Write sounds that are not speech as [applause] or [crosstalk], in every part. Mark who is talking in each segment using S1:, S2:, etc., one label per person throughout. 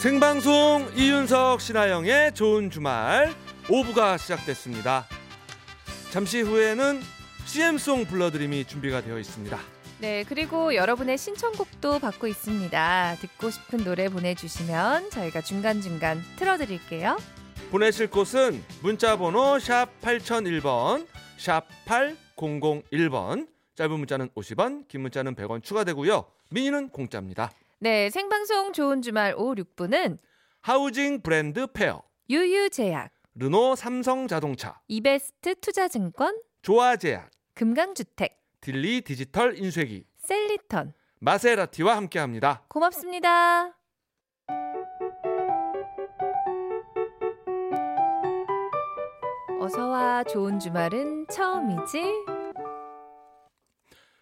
S1: 생방송 이윤석 신하영의 좋은 주말 5부가 시작됐습니다. 잠시 후에는 CM송 불러드림이 준비가 되어 있습니다.
S2: 네, 그리고 여러분의 신청곡도 받고 있습니다. 듣고 싶은 노래 보내주시면 저희가 중간중간 틀어드릴게요.
S1: 보내실 곳은 문자번호 샵 8001번, 샵 8001번, 짧은 문자는 50원, 긴 문자는 100원 추가되고요. 미니는 공짜입니다.
S2: 네, 생방송 좋은 주말 오후 6분은
S1: 하우징 브랜드 페어,
S2: 유유제약,
S1: 르노 삼성 자동차,
S2: 이베스트 투자증권,
S1: 조아제약,
S2: 금강주택,
S1: 딜리 디지털 인쇄기,
S2: 셀리턴.
S1: 마세라티와 함께합니다.
S2: 고맙습니다. 어서와 좋은 주말은 처음이지?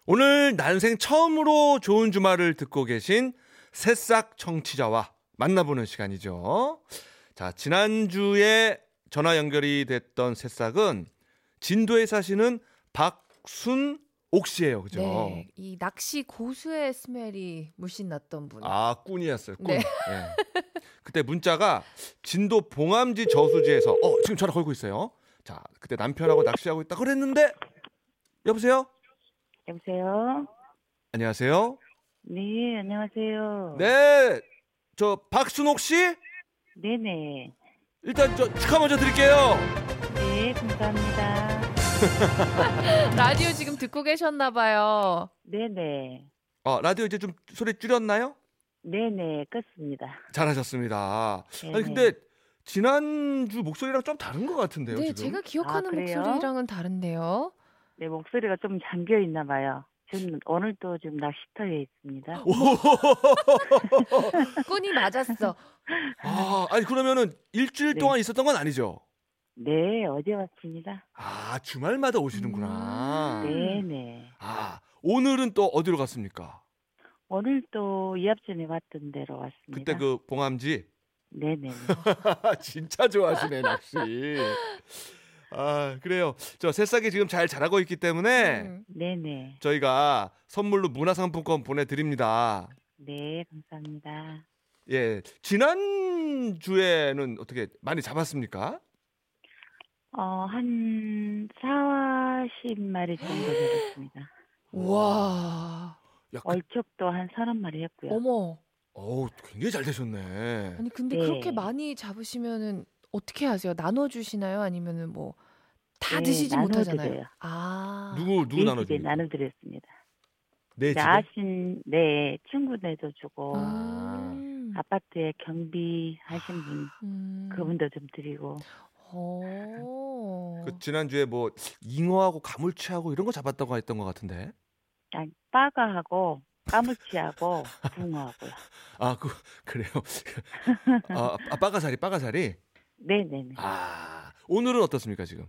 S1: 오늘 난생 처음으로 좋은 주말을 듣고 계신 새싹 청취자와 만나보는 시간이죠. 자, 지난주에 전화 연결이 됐던 새싹은 진도에 사시는 박순옥 씨예요. 그죠?
S2: 네, 이 낚시 고수의 스멜이 물씬 났던 분.
S1: 아, 꾼이었어요. 꾼.
S2: 네.
S1: 예. 그때 문자가 진도 봉암지 저수지에서 어, 지금 전화 걸고 있어요. 자, 그때 남편하고 낚시하고 있다 그랬는데 여보세요?
S3: 여보세요?
S1: 안녕하세요.
S3: 네, 안녕하세요.
S1: 네. 저 박순옥 씨?
S3: 네네.
S1: 일단 저 축하 먼저 드릴게요.
S3: 네, 감사합니다.
S2: 라디오 지금 듣고 계셨나봐요.
S3: 네네.
S1: 아, 라디오 이제 좀 소리 줄였나요?
S3: 네네, 껐습니다.
S1: 잘하셨습니다.
S3: 네네.
S1: 아니 근데 지난주 목소리랑 좀 다른 것 같은데요,
S2: 네,
S1: 지금?
S2: 제가 기억하는
S3: 아, 그래요?
S2: 목소리랑은 다른데요.
S3: 네, 목소리가 좀 잠겨있나 봐요. 저는 오늘도 지금 낚시터에 있습니다. [laughs]
S2: 꾼이 맞았어.
S1: 아, 아니 그러면은 일주일
S3: 네.
S1: 동안 있었던 건 아니죠?
S3: 네, 어제 왔습니다.
S1: 아, 주말마다 오시는구나.
S2: 음.
S3: 네네.
S1: 아, 오늘은 또 어디로 갔습니까?
S3: 오늘 또 이합전에 왔던 데로 왔습니다.
S1: 그때 그 봉암지.
S3: 네네네.
S1: [laughs] 진짜 좋아하시네, 낚시. 아, 그래요. 저 새싹이 지금 잘 자라고 있기 때문에
S2: 음.
S3: 네네.
S1: 저희가 선물로 문화상품권 보내드립니다.
S3: 네, 감사합니다.
S1: 예, 지난 주에는 어떻게 많이 잡았습니까?
S3: 어, 한 40마리 정도 되었습니다.
S2: 와,
S1: 야, 그,
S3: 얼척도 한 30마리 했고요.
S2: 어머.
S1: 어우, 굉장히 잘 되셨네.
S2: 아니 근데
S3: 네.
S2: 그렇게 많이 잡으시면은 어떻게 하세요? 나눠 주시나요? 아니면은 뭐 다
S3: 네,
S2: 드시지
S3: 나눠
S2: 못하잖아요.
S3: 드려요.
S2: 아.
S1: 누구 누구
S3: 네
S1: 나눠
S3: 집에
S1: 줍니까?
S3: 나눠드렸습니다.
S1: 네,
S3: 네,
S1: 집에?
S3: 아신 네 친구네도 주고
S1: 아.
S3: 아.
S2: 음.
S3: 파트에 경비 하신 분
S2: 음.
S3: 아, 그분도 좀 드리고
S2: 어.
S1: 그 지난 주에 뭐 잉어하고 가물치하고 이런 거 잡았다고 했던 것 같은데.
S3: 아니, 빠가하고
S1: [laughs]
S3: 까무치하고 붕어하고요.
S1: 아, 그 [laughs] 그래요. 아, 아, 빠가사리, 빠가사리.
S3: 네네네.
S1: 아, 오늘은 어떻습니까 지금?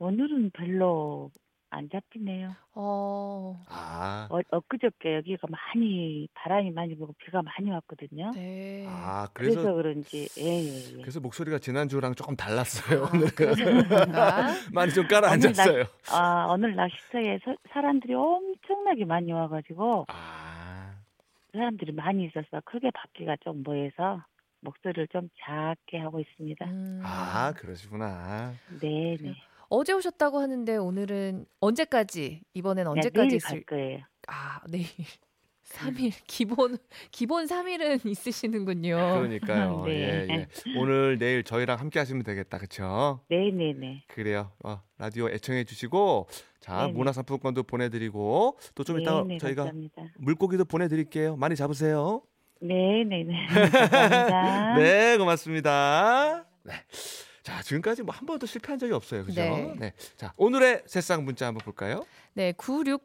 S3: 오늘은 별로 안 잡히네요.
S2: 어.
S1: 아,
S3: 어, 엊그저께 여기가 많이 바람이 많이 불고 비가 많이 왔거든요.
S2: 네.
S1: 아
S3: 그래서,
S1: 그래서
S3: 그런지 예, 예, 예.
S1: 그래서 목소리가 지난 주랑 조금 달랐어요.
S2: 아,
S1: 오늘
S2: 그래서 그런가?
S1: [laughs] 많이 좀 깔아
S3: 오늘 날-
S1: 앉았어요.
S3: 아 오늘 낚시터에 서- 사람들이 엄청나게 많이 와가지고
S1: 아,
S3: 사람들이 많이 있어서 크게 받기가 좀 뭐해서 목소리를 좀 작게 하고 있습니다.
S2: 음.
S1: 아 그러시구나.
S3: 네,
S2: 아, 그래요?
S3: 네.
S2: 어제 오셨다고 하는데 오늘은 언제까지? 이번엔
S3: 네, 내일
S2: 언제까지
S3: 갈
S2: 있을?
S3: 거예요.
S2: 아, [laughs] 내일. 3일 기본 기본 3일은 [laughs] 있으시는군요.
S1: 그러니까요.
S3: 어. [laughs] 네.
S1: 예, 예. 오늘 내일 저희랑 함께 하시면 되겠다. 그렇죠?
S3: 네, 네, 네.
S1: 그래요. 어, 라디오 애청해 주시고 자,
S3: 네네.
S1: 문화상품권도 보내 드리고 또 어, 좀
S3: 네,
S1: 이따가
S3: 네,
S1: 저희가
S3: 감사합니다.
S1: 물고기도 보내 드릴게요. 많이 잡으세요.
S3: 네, 네, [laughs] 네. 감사합니다.
S1: 네, 고맙습니다. 네. 자, 지금까지 뭐 한 번도 실패한 적이 없어요. 그죠?
S2: 네.
S1: 자, 오늘의 새싹 문자 한번 볼까요?
S2: 네,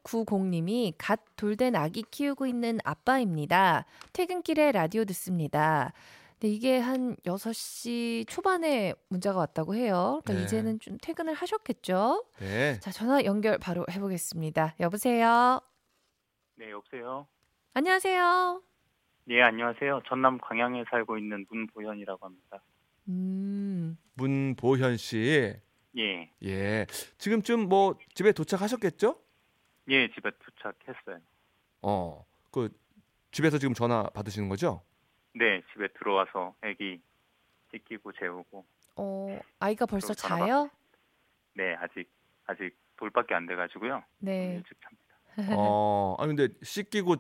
S2: 9690님이 갓 돌된 아기 키우고 있는 아빠입니다. 퇴근길에 라디오 듣습니다. 근데 이게 한 6시 초반에 문자가 왔다고 해요. 그러니까
S1: 네.
S2: 이제는 좀 퇴근을 하셨겠죠?
S1: 네.
S2: 자, 전화 연결 바로 해보겠습니다. 여보세요?
S4: 네, 여보세요.
S2: 안녕하세요?
S4: 예, 안녕하세요. 전남 광양에 살고 있는 문보현이라고 합니다.
S2: 음,
S1: 문보현 씨.
S4: 예,
S1: 예. 지금쯤 뭐 집에 도착하셨겠죠?
S4: 예, 집에 도착했어요.
S1: 어. 그 집에서 지금 전화 받으시는 거죠?
S4: 네, 집에 들어와서 아기 씻기고 재우고.
S2: 어, 아이가 벌써
S4: 그럼 전화
S2: 자요?
S4: 네, 아직 아직 돌밖에 안 돼 가지고요.
S2: 네.
S4: 일찍 잡니다.
S1: 어, 아 근데 씻기고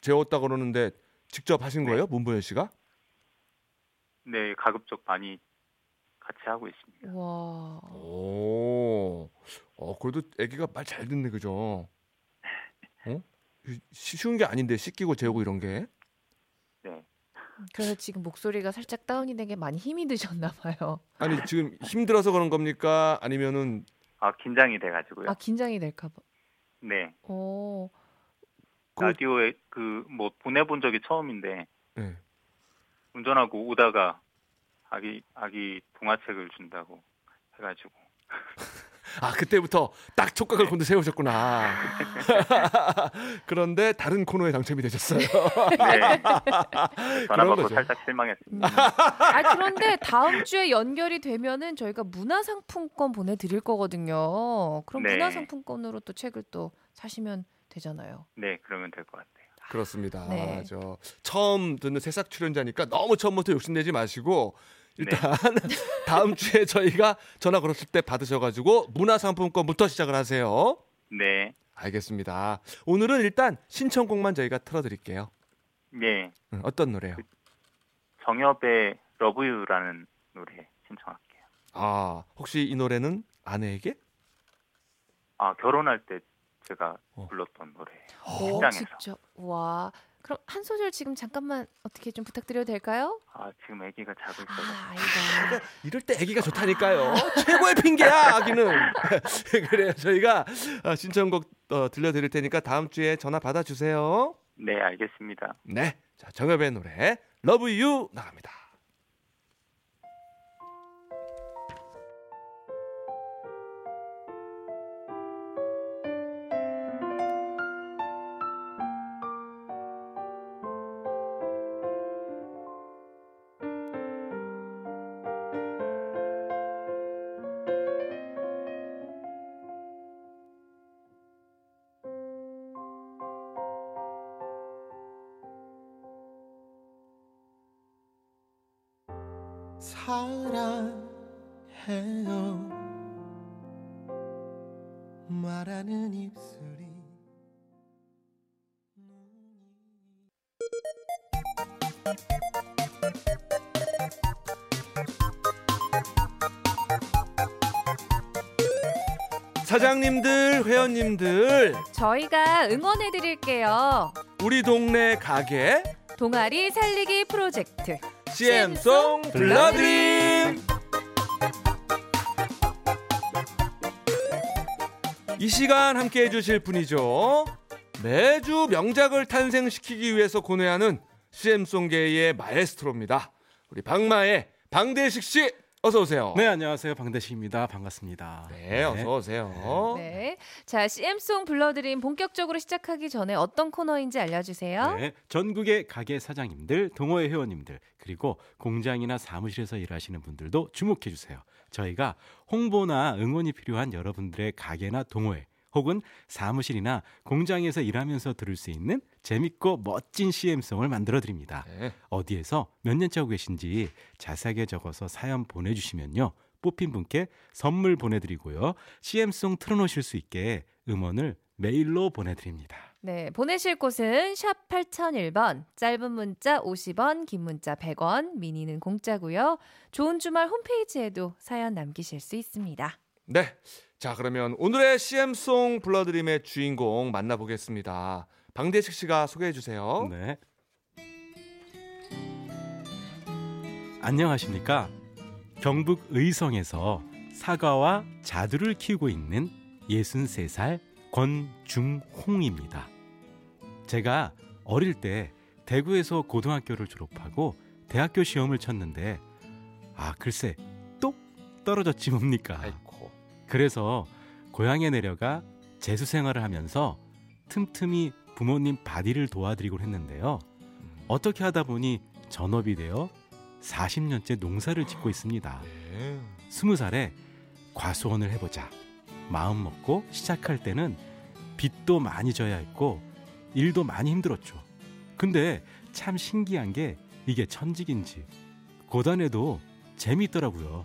S1: 재웠다 그러는데 직접 하신 거예요, 문보현 씨가?
S4: 네, 가급적 많이 같이 하고 있습니다.
S2: 와.
S1: 오, 어 그래도 아기가 말 잘 듣네, 그죠? 어? 쉬- 쉬운 게 아닌데 씻기고 재우고 이런 게.
S4: 네.
S2: 그래서 지금 목소리가 살짝 다운이 된 게 많이 힘이 드셨나 봐요.
S1: 아니 지금 힘들어서 그런 겁니까? 아니면은
S4: 아, 긴장이 돼 가지고요.
S2: 아, 긴장이 될까 봐.
S4: 네.
S2: 어.
S1: 그-
S4: 라디오에 그 뭐 보내 본 적이 처음인데
S1: 네.
S4: 운전하고 오다가 아기 아기 동화책을 준다고 해 가지고
S1: 아 그때부터 딱 촉각을 곤두
S4: 아,
S1: 세우셨구나.
S2: 음.
S1: 그런데 다른 코너에 당첨이 되셨어요.
S4: 네. 전화
S1: 그런
S4: 받고
S1: 거죠.
S4: 살짝 실망했습니다.
S2: 음. 아, 그런데 다음 주에 연결이 되면은 저희가 문화상품권 보내드릴 거거든요. 그럼
S4: 네.
S2: 문화상품권으로 또 책을 또 사시면 되잖아요.
S4: 네, 그러면 될 것 같아요.
S1: 그렇습니다.
S2: 네.
S1: 저 처음 듣는 새싹 출연자니까 너무 처음부터 욕심내지 마시고 일단 [laughs] 다음 주에 저희가 전화 걸었을 때 받으셔가지고 문화상품권부터 시작을 하세요.
S4: 네.
S1: 알겠습니다. 오늘은 일단 신청곡만 저희가 틀어드릴게요.
S4: 네.
S1: 음, 어떤 노래요?
S4: 정엽의 러브 유라는 노래 신청할게요.
S1: 아 혹시 이 노래는 아내에게?
S4: 아, 결혼할 때 제가
S1: 어.
S4: 불렀던 노래.
S2: 오,
S4: 굉장해서.
S2: 직접. 와. 그럼 한 소절 지금 잠깐만 어떻게 좀 부탁드려도 될까요?
S4: 아, 지금 아기가 자고 있어서.
S2: 아, 아이고.
S1: 이럴 때 아기가 좋다니까요. 최고의 핑계야 아기는. [laughs] 그래요. 저희가 어, 신청곡 어, 들려드릴 테니까 다음 주에 전화 받아주세요.
S4: 네, 알겠습니다.
S1: 네. 자, 정엽의 노래 러브 유 나갑니다.
S5: 사랑해요 말하는 입술이
S1: 사장님들, 회원님들,
S2: 저희가 응원해 드릴게요.
S1: 우리 동네 가게
S2: 동아리 살리기 프로젝트.
S1: CM송 블라드림 2 시간 함께 해주실 분이죠 매주 명작을 탄생시키기 위해서 고뇌하는 CM송계의 마에스트로입니다 우리 박마의 방대식 씨 어서 오세요
S5: 네 안녕하세요 방대식입니다 반갑습니다
S1: 네, 어서 오세요
S2: 네. 자, CM송 불러드림 본격적으로 시작하기 전에 어떤 코너인지 알려주세요.
S5: 네, 전국의 가게 사장님들, 동호회 회원님들, 그리고 공장이나 사무실에서 일하시는 분들도 주목해 주세요. 저희가 홍보나 응원이 필요한 여러분들의 가게나 동호회 혹은 사무실이나 공장에서 일하면서 들을 수 있는 재밌고 멋진 CM송을 만들어 드립니다.
S1: 네.
S5: 어디에서 몇 년째 하고 계신지 자세하게 적어서 사연 보내주시면요. 뽑힌 분께 선물 보내드리고요. CM송 틀어놓으실 수 있게 음원을 메일로 보내드립니다.
S2: 네, 보내실 곳은 샵 8001번, 짧은 문자 50원, 긴 문자 100원, 미니는 공짜고요. 좋은 주말 홈페이지에도 사연 남기실 수 있습니다.
S1: 네. 자, 그러면 오늘의 CM송 불러드림의 주인공 만나보겠습니다. 방대식 씨가 소개해 주세요.
S5: 네. 안녕하십니까? 경북 의성에서 사과와 자두를 키우고 있는 63살 권중홍입니다. 제가 어릴 때 대구에서 고등학교를 졸업하고 대학교 시험을 쳤는데 아 글쎄 똑 떨어졌지 뭡니까?
S1: 아이고.
S5: 그래서 고향에 내려가 재수 생활을 하면서 틈틈이 부모님 바디를 도와드리곤 했는데요. 어떻게 하다 보니 전업이 되어 40년째 농사를 짓고 있습니다.
S1: 네.
S5: 20살에 과수원을 해보자. 마음 먹고 시작할 때는 빚도 많이 져야 했고 일도 많이 힘들었죠. 근데 참 신기한 게 이게 천직인지 고단해도 재미있더라고요.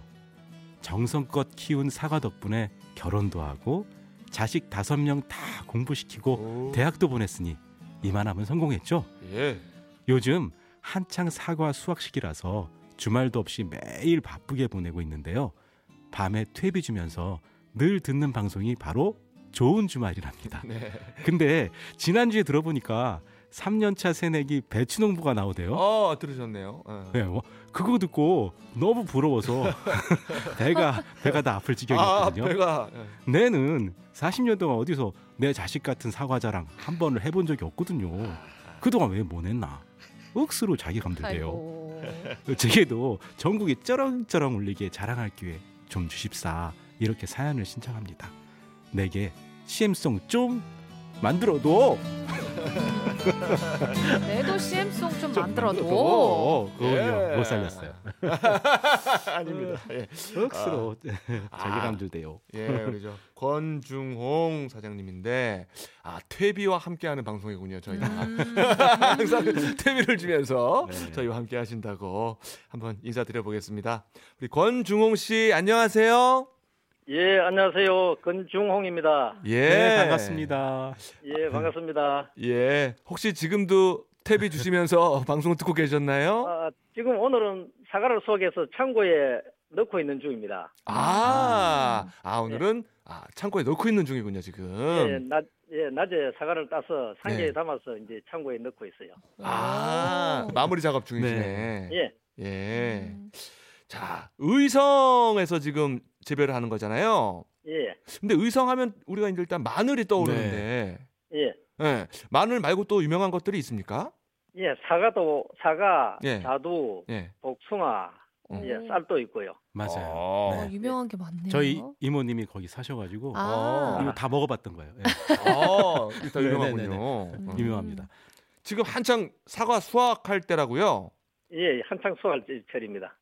S5: 정성껏 키운 사과 덕분에 결혼도 하고 자식 다섯 명 다 공부시키고
S1: 오.
S5: 대학도 보냈으니 이만하면 성공했죠.
S1: 예.
S5: 요즘 한창 사과 수확 시기라서 주말도 없이 매일 바쁘게 보내고 있는데요. 밤에 퇴비 주면서 늘 듣는 방송이 바로 좋은 주말이랍니다.
S1: 네.
S5: 근데 지난주에 들어보니까 3년차 새내기 배추농부가 나오대요.
S1: 어 들으셨네요. 어.
S5: 네, 뭐 그거 듣고 너무 부러워서 [laughs] 배가 배가 다 아플
S1: 아
S5: 지경이었거든요.
S1: 배가 예.
S5: 내는 40년 동안 어디서 내 자식 같은 사과 자랑 한 번을 해본 적이 없거든요. 그동안 왜 못 했나? 억수로 자기감 들대요.
S2: 아이고.
S5: 제게도 전국이 쩌렁쩌렁 울리게 자랑할 기회 좀 주십사 이렇게 사연을 신청합니다. 내게 CM송 좀 만들어도
S2: 내도 CM송 네, 좀 만들어도.
S5: 오, 그거요
S1: 예.
S5: 못 살렸어요.
S1: [laughs] 아닙니다. 예.
S5: 억수로
S1: 아.
S5: [laughs] 자기감 들대요.
S1: 예, 우리 저 권중홍 사장님인데 아 퇴비와 함께하는 방송이군요. 저희가
S2: 음.
S1: [laughs] 항상 퇴비를 주면서
S5: 네.
S1: 아. 저희와 함께 하신다고 한번 인사드려 보겠습니다. 우리 권중홍 씨 안녕하세요.
S6: 예, 안녕하세요. 건중홍입니다.
S1: 예,
S5: 네, 반갑습니다.
S1: 아, 네.
S6: 예, 반갑습니다.
S1: 예, 혹시 지금도 퇴비 주시면서 [laughs] 방송 듣고 계셨나요?
S6: 아, 지금 오늘은 사과를 수확해서 창고에 넣고 있는 중입니다.
S1: 아, 아 오늘은 아, 창고에 넣고 있는 중이군요
S6: 예,
S1: 지금.
S6: 낮, 예, 낮에 사과를 따서
S1: 음.
S6: 상자에
S1: 네.
S6: 담아서 이제 창고에 넣고 있어요.
S1: 아, 마무리 작업 중이시네.
S5: 네.
S6: 예,
S1: 예.
S2: 음.
S1: 자, 의성에서 지금 재배를 하는 거잖아요.
S6: 예,
S1: 근데 의성하면 우리가 이제 일단 마늘이 떠오르는데,
S6: 예.
S1: 예, 마늘 말고 또 유명한 것들이 있습니까?
S6: 예, 사과도, 사과,
S1: 예.
S6: 자두,
S1: 예,
S6: 복숭아,
S1: 음.
S6: 예, 쌀도 있고요.
S5: 맞아요.
S1: 어.
S2: 아, 유명한 게 많네요.
S5: 저희 이모님이 거기 사셔가지고
S2: 아.
S5: 이거 다 먹어봤던 거예요. 예,
S1: 어, 일단
S5: [laughs] 네네네네.
S1: 유명하군요.
S2: 음.
S1: 음.
S5: 유명합니다.
S1: 지금 한창 사과 수확할 때라고요.
S6: 예, 한창 수확할 철입니다.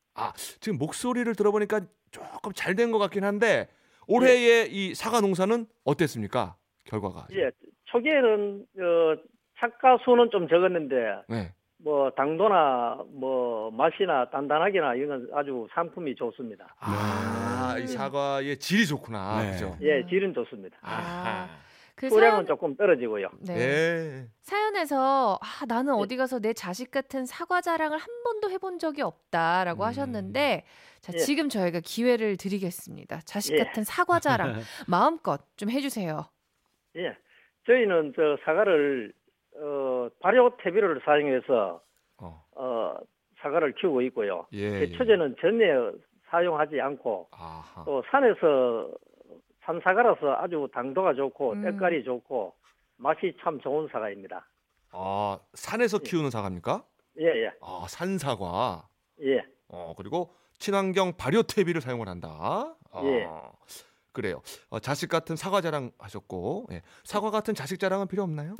S1: 지금 목소리를 들어보니까 조금 잘 된 것 같긴 한데 올해의 이 사과 농사는 어땠습니까? 결과가.
S6: 예, 초기에는, 어, 착가 수는 좀 적었는데,
S1: 네.
S6: 뭐, 당도나, 뭐, 맛이나, 단단하기나, 이런 건 아주 상품이 좋습니다.
S1: 아, 이 사과의 질이 좋구나.
S5: 네.
S1: 그죠?
S6: 예, 질은 좋습니다.
S1: 음. 아하.
S2: 그
S6: 수량은
S2: 사연,
S6: 조금 떨어지고요.
S2: 네.
S1: 예.
S2: 사연에서 아, 나는
S6: 네.
S2: 어디 가서 내 자식 같은 사과 자랑을 한 번도 해본 적이 없다라고
S1: 음.
S2: 하셨는데 자,
S6: 예.
S2: 지금 저희가 기회를 드리겠습니다. 자식
S6: 예.
S2: 같은 사과
S6: [laughs]
S2: 자랑 마음껏 좀 해주세요.
S6: 예. 저희는 저 사과를 어, 발효 퇴비를 사용해서
S1: 어.
S6: 어, 사과를 키우고 있고요. 그
S1: 예. 예.
S6: 제초제는 전혀 사용하지 않고
S1: 아하.
S6: 또 산에서 산 사과라서 아주 당도가 좋고
S2: 음.
S6: 때깔이 좋고 맛이 참 좋은 사과입니다.
S1: 아, 산에서
S6: 예.
S1: 키우는 사과입니까?
S6: 예, 예,
S1: 아, 산사과.
S6: 예,
S1: 어, 그리고 친환경 발효 퇴비를 사용을 한다. 아,
S6: 예.
S1: 그래요. 어, 자식 같은 사과 자랑 하셨고, 예. 사과 같은 자식 자랑은 필요
S2: [laughs]
S1: 없나요?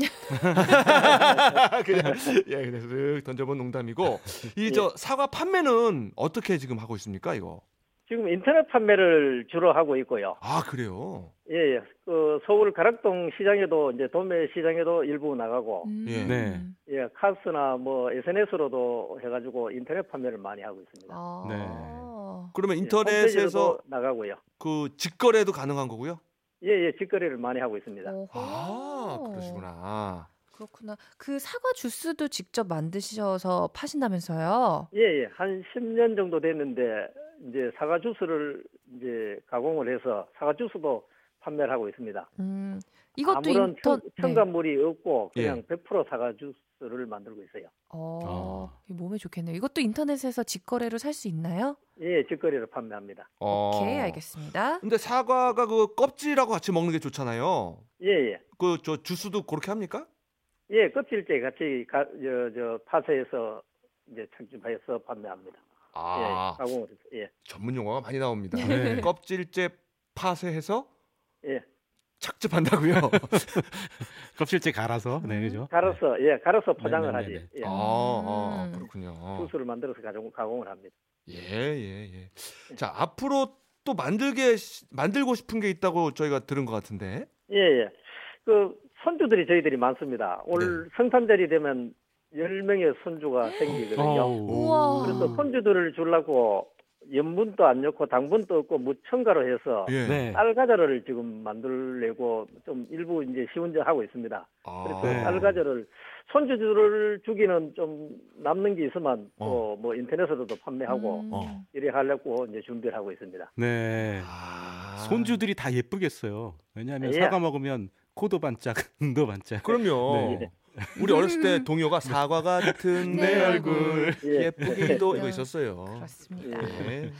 S1: 그냥, 예, 그냥 쓱 던져본 농담이고.
S2: 예.
S1: 이 저 사과 판매는 어떻게 지금 하고 있습니까, 이거?
S6: 지금 인터넷 판매를 주로 하고 있고요.
S1: 아, 그래요?
S6: 예, 예. 그 서울 가락동 시장에도 이제 도매 시장에도 일부 나가고
S2: 음.
S1: 예.
S5: 네.
S6: 예, 카스나 뭐 SNS로도 해가지고 인터넷 판매를 많이 하고 있습니다.
S2: 아.
S5: 네.
S1: 그러면
S6: 예,
S1: 인터넷에서
S6: 홈페이지로도 나가고요.
S1: 그 직거래도 가능한 거고요?
S6: 예, 예, 직거래를 많이 하고 있습니다.
S2: 오호.
S1: 아, 그러시구나.
S2: 그렇구나. 그 사과 주스도 직접 만드셔서 파신다면서요?
S6: 예, 예, 한 10년 정도 됐는데 이제 사과 주스를 이제 가공을 해서 사과 주스도 판매를 하고 있습니다.
S2: 음, 이것도
S6: 아무런
S2: 인턴.
S6: 첨-
S2: 네.
S6: 첨가물이 없고 그냥
S1: 예.
S6: 100% 사과 주스를 만들고 있어요.
S2: 어,
S5: 아.
S2: 이 몸에 좋겠네요. 이것도 인터넷에서 직거래로 살 수 있나요?
S6: 예, 직거래로 판매합니다.
S1: 어.
S2: 오케이, 알겠습니다.
S6: 네,
S1: 근데 사과가 그 껍질하고 같이 먹는 게 좋잖아요.
S6: 예, 예.
S1: 그 저 주스도 그렇게 합니까?
S6: 예, 껍질째 같이 가, 저, 저, 파쇄해서 이제 착즙해서 판매합니다. 예,
S1: 아,
S6: 가공을 해서. 예,
S1: 전문 용어가 많이 나옵니다.
S2: 예. [laughs]
S5: 네.
S1: 껍질째 파쇄해서
S6: 예.
S1: 착즙한다고요.
S5: 껍질째 갈아서 네 그죠?
S6: 갈아서 예 갈아서 포장을
S5: 네네네네.
S6: 하지 예.
S1: 아, 아,
S2: 음.
S1: 그렇군요.
S6: 수수를 만들어서 가공, 가공을 합니다
S1: 예, 예, 예. 자, 앞으로 또 만들게 시- 만들고 싶은 게 있다고 저희가 들은 것
S6: 예,
S1: 같은데.
S5: 네.
S6: 예예 그 선주들이 저희들이 많습니다 올 성탄절이 되면 10명의 손주가 생기거든요.
S5: 어우.
S2: 우와.
S6: 그래서 손주들을 주려고 염분도 안 넣고 당분도 없고 무첨가로 해서
S1: 예.
S5: 네.
S6: 쌀 과자를 지금 만들려고 좀 일부 이제 시운전하고 있습니다.
S1: 아,
S6: 그래서
S5: 네.
S6: 쌀 과자를 손주들을 주기는 좀 남는 게 있으면 또 뭐 인터넷으로도 판매하고
S2: 음.
S5: 어.
S6: 이래 하려고 이제 준비를 하고 있습니다.
S5: 네.
S1: 아.
S5: 손주들이 다 예쁘겠어요. 왜냐하면
S6: 예.
S5: 사과 먹으면 코도 반짝, [laughs] 눈도 반짝.
S1: 그럼요.
S5: 네.
S1: 우리 어렸을 때 동요가 사과 같은
S2: 네.
S1: 내 얼굴
S6: 예.
S1: 예쁘기도 이거
S2: 네.
S1: 있었어요.
S2: 그렇습니다.
S6: 예.
S1: 네.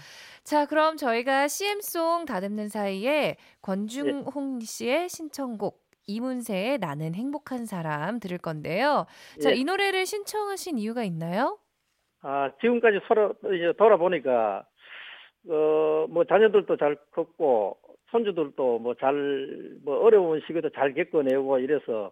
S2: 자, 그럼 저희가 CM송 다 듣는 사이에 권중홍
S6: 예.
S2: 씨의 신청곡 이문세의 나는 행복한 사람 들을 건데요. 자,
S6: 예.
S2: 이 노래를 신청하신 이유가 있나요?
S6: [laughs] 아, 지금까지 서로 이제 돌아보니까, 어, 뭐 자녀들도 잘 컸고, 손주들도 뭐 잘, 뭐 어려운 시기도 잘 겪어내고 이래서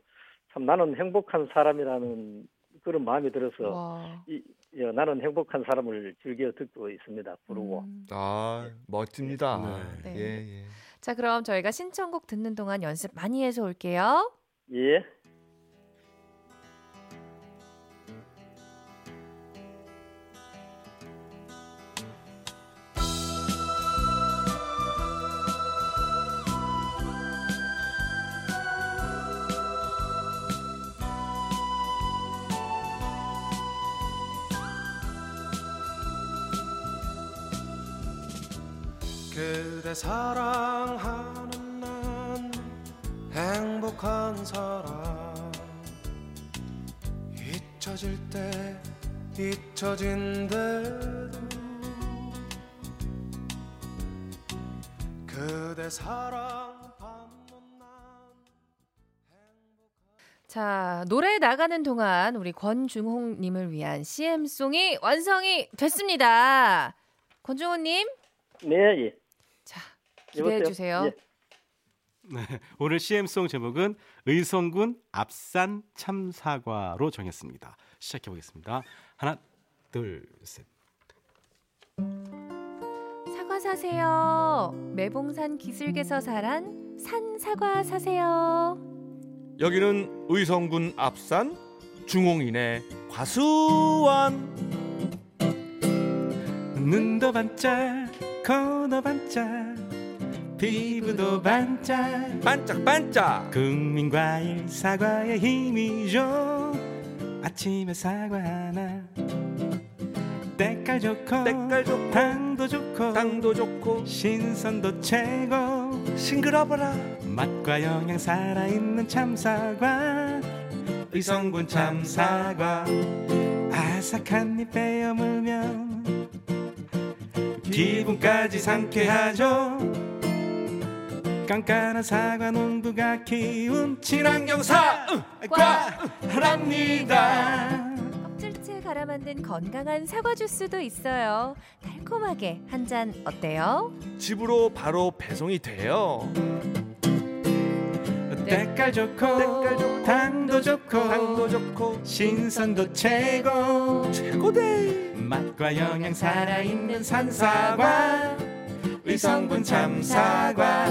S6: 참 나는 행복한 사람이라는 그런 마음이 들어서,
S2: 와.
S6: 이, 예, 나는 행복한 사람을 즐겨 듣고 있습니다. 부르고.
S2: 음.
S1: 아 멋집니다.
S2: 네.
S1: 예, 예.
S2: 자, 그럼 저희가 신청곡 듣는 동안 연습 많이 해서 올게요.
S6: 예.
S7: 그대 사랑하는 난 행복한 사람 잊혀질 때 잊혀진 대로 그대 사랑 받는 난
S2: 자, 노래 나가는 동안 우리 권중홍 님을 위한 CM송이 완성이 됐습니다. 권중홍 님,
S6: 네, 예.
S2: 자, 기대해
S6: 여보세요?
S2: 주세요.
S6: 예.
S5: 오늘 CM송 제목은 의성군 압산 참사과로 정했습니다. 시작해 보겠습니다. 하나, 둘, 셋.
S2: 사과 사세요. 매봉산 기슭에서 자란 산 사과 사세요.
S1: 여기는 의성군 압산 중홍인의 과수원.
S5: 눈도 반짝, 코도 반짝, 피부도 반짝.
S1: 반짝반짝.
S5: 국민 과일 사과의 힘이죠. 아침에 사과 하나. 때깔 좋고,
S1: 때깔 좋고
S5: 당도 좋고,
S1: 땅도 좋고
S5: 신선도 최고.
S1: 싱그러버라
S5: 맛과 영양 살아있는 참사과 의성군 참사과 아삭한 잎 베어물면 기분까지 상쾌하죠 깐깐한 사과 농부가 키운 친환경 사과랍니다
S2: 껍질째 갈아 만든 건강한 사과 주스도 있어요. 달콤하게 한 잔 어때요?
S1: 집으로 바로 배송이 돼요.
S5: 때깔 좋고 당도
S1: 땅도
S5: 좋고
S1: 좋고
S5: 신선도 최고
S1: 최고대.
S5: 맛과 영양 살아있는 산사과 의성분 참사과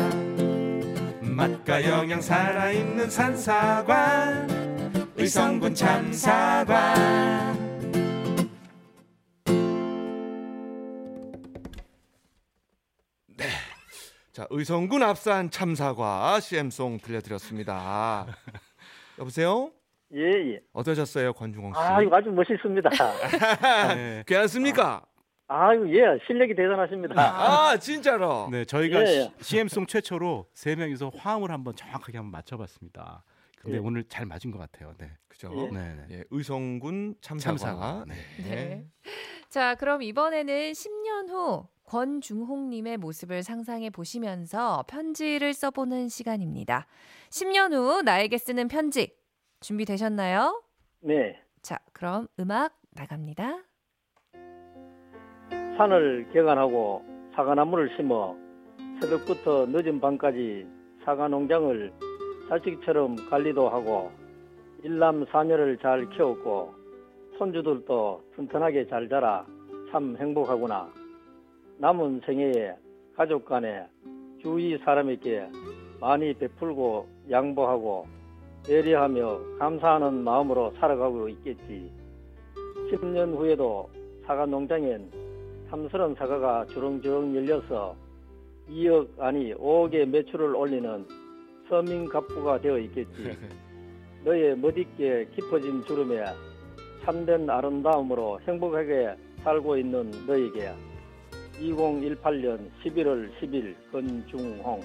S5: 맛과 영양 살아있는 산사과 의성분 참사과
S1: 자 의성군 압산 참사과 CM송
S5: [laughs]
S1: 들려드렸습니다. 여보세요?
S6: 예, 예.
S1: 어떠셨어요, 권중홍 씨? 아,
S6: 아, 이거 아주 [laughs] 멋있습니다.
S5: 네.
S1: 괜찮습니까?
S6: 아, 이거 예. 실력이 대단하십니다.
S1: 아 진짜로.
S5: 네 저희가
S6: 예,
S5: 시-
S6: 예.
S5: CM송 최초로 세 명이서 화음을 한번 정확하게 한번 맞춰봤습니다 근데
S6: 예.
S5: 오늘 잘 맞은 것 같아요 네,
S1: 그죠?
S6: 예.
S5: 네, 네.
S1: 예, 의성군 참사과.
S5: 참사과 네.
S1: 네.
S2: 자, 그럼 이번에는 10년 후 권중홍님의 모습을 상상해 보시면서 편지를 써보는 시간입니다. 10년 후 나에게 쓰는 편지 준비되셨나요?
S6: 네.
S2: 자, 그럼 음악 나갑니다.
S6: 산을 개간하고 사과나무를 심어 새벽부터 늦은 밤까지 사과 농장을 자식처럼 관리도 하고 일남 사녀를 잘 키웠고 손주들도 튼튼하게 잘 자라 참 행복하구나. 남은 생애에 가족 간에 주위 사람에게 많이 베풀고 양보하고 배려하며 감사하는 마음으로 살아가고 있겠지. 10년 후에도 사과 농장엔 탐스런 사과가 주렁주렁 열려서 2억 아니 5억의 매출을 올리는 서민 갑부가 되어 있겠지. 너의 멋있게 깊어진 주름에 참된 아름다움으로 행복하게 살고 있는 너에게 2018년 11월 10일 건중홍.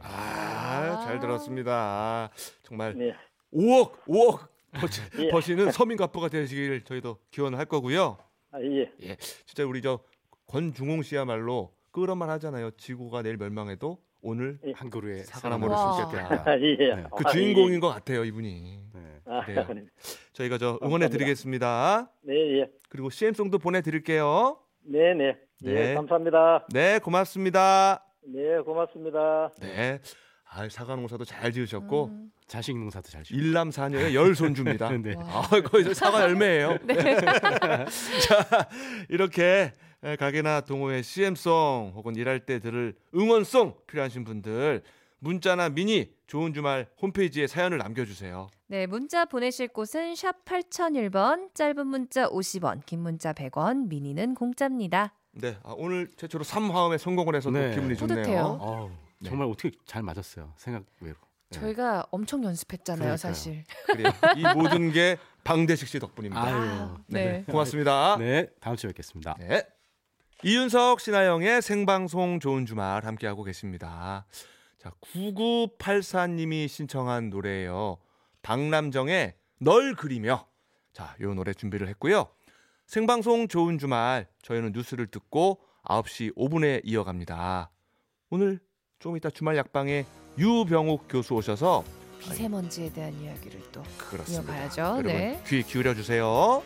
S1: 아, 잘 들었습니다. 정말
S6: 네.
S1: 5억,
S6: [laughs]
S1: 5억 버시,
S6: 예.
S1: 버시는 서민 갑부가 되시길 저희도 기원할 거고요.
S6: 아, 예.
S1: 진짜 우리 저 권중홍 씨야말로 그런 말 하잖아요. 지구가 내일 멸망해도 오늘
S6: 예.
S5: 한 그루에
S1: 사과나무를
S2: 와.
S1: 심겠다.
S6: 아, 예.
S5: 네.
S1: 그
S6: 아,
S1: 주인공인 것 같아요, 이분이.
S5: 네.
S6: 예. 아,
S1: 그래요. 저희가 저 응원해 드리겠습니다.
S6: 네, 예.
S1: 그리고 CM송도 보내 드릴게요.
S6: 네, 네.
S1: 네.
S6: 예, 감사합니다.
S1: 네, 고맙습니다.
S6: 네, 고맙습니다.
S1: 네. 아, 사과 농사도 잘 지으셨고
S2: 음.
S5: 자식 농사도 잘 지고.
S1: 일남 사녀의 열
S5: [laughs]
S1: 손주입니다.
S5: 네.
S2: 와.
S1: 아, 거기서 사과 열매예요.
S2: 네.
S1: 자, 이렇게 가게나 동호회 CM송 혹은 일할 때 들을 응원송 필요하신 분들 문자나 미니 좋은 주말 홈페이지에 사연을 남겨주세요.
S2: [laughs] 네, 문자 보내실 곳은 샵 8001번, 짧은 문자 50원, 긴 문자 100원, 미니는 공짜입니다.
S1: 네, 아, 오늘 최초로 3화음에 성공을 해서 또
S5: 네.
S1: 기분이 좋네요.
S2: 뿌듯해요.
S5: 어우, 정말 어떻게 잘 맞았어요. 생각 외로. 네.
S2: 저희가 엄청 연습했잖아요,
S5: 그러니까요.
S2: 사실.
S1: 그래요. 이 모든 게 방대식 씨 덕분입니다.
S5: 아유.
S2: 네.
S1: 고맙습니다.
S5: 네, 다음 주에 뵙겠습니다.
S1: 네. 이윤석 신하영의 생방송 좋은 주말 함께하고 계십니다. 자, 9984님이 신청한 노래예요. 박남정의 널 그리며. 자, 요 노래 준비를 했고요. 생방송 좋은 주말 저희는 뉴스를 듣고 9시 5분에 이어갑니다. 오늘 좀 이따 주말 약방에 유병욱 교수 오셔서
S2: 미세먼지에 대한 이야기를 또
S1: 그렇습니다.
S2: 이어가야죠.
S1: 여러분
S2: 네.
S1: 귀 기울여 주세요.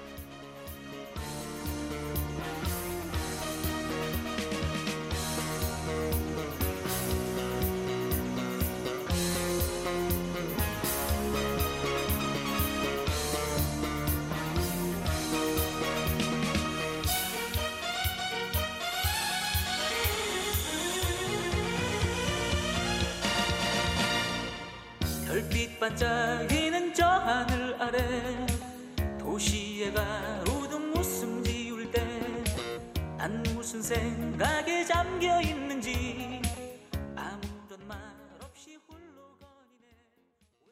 S8: 별빛 반짝이는 저 하늘 아래 도시에 가로등 웃음 지울 때 난 무슨 생각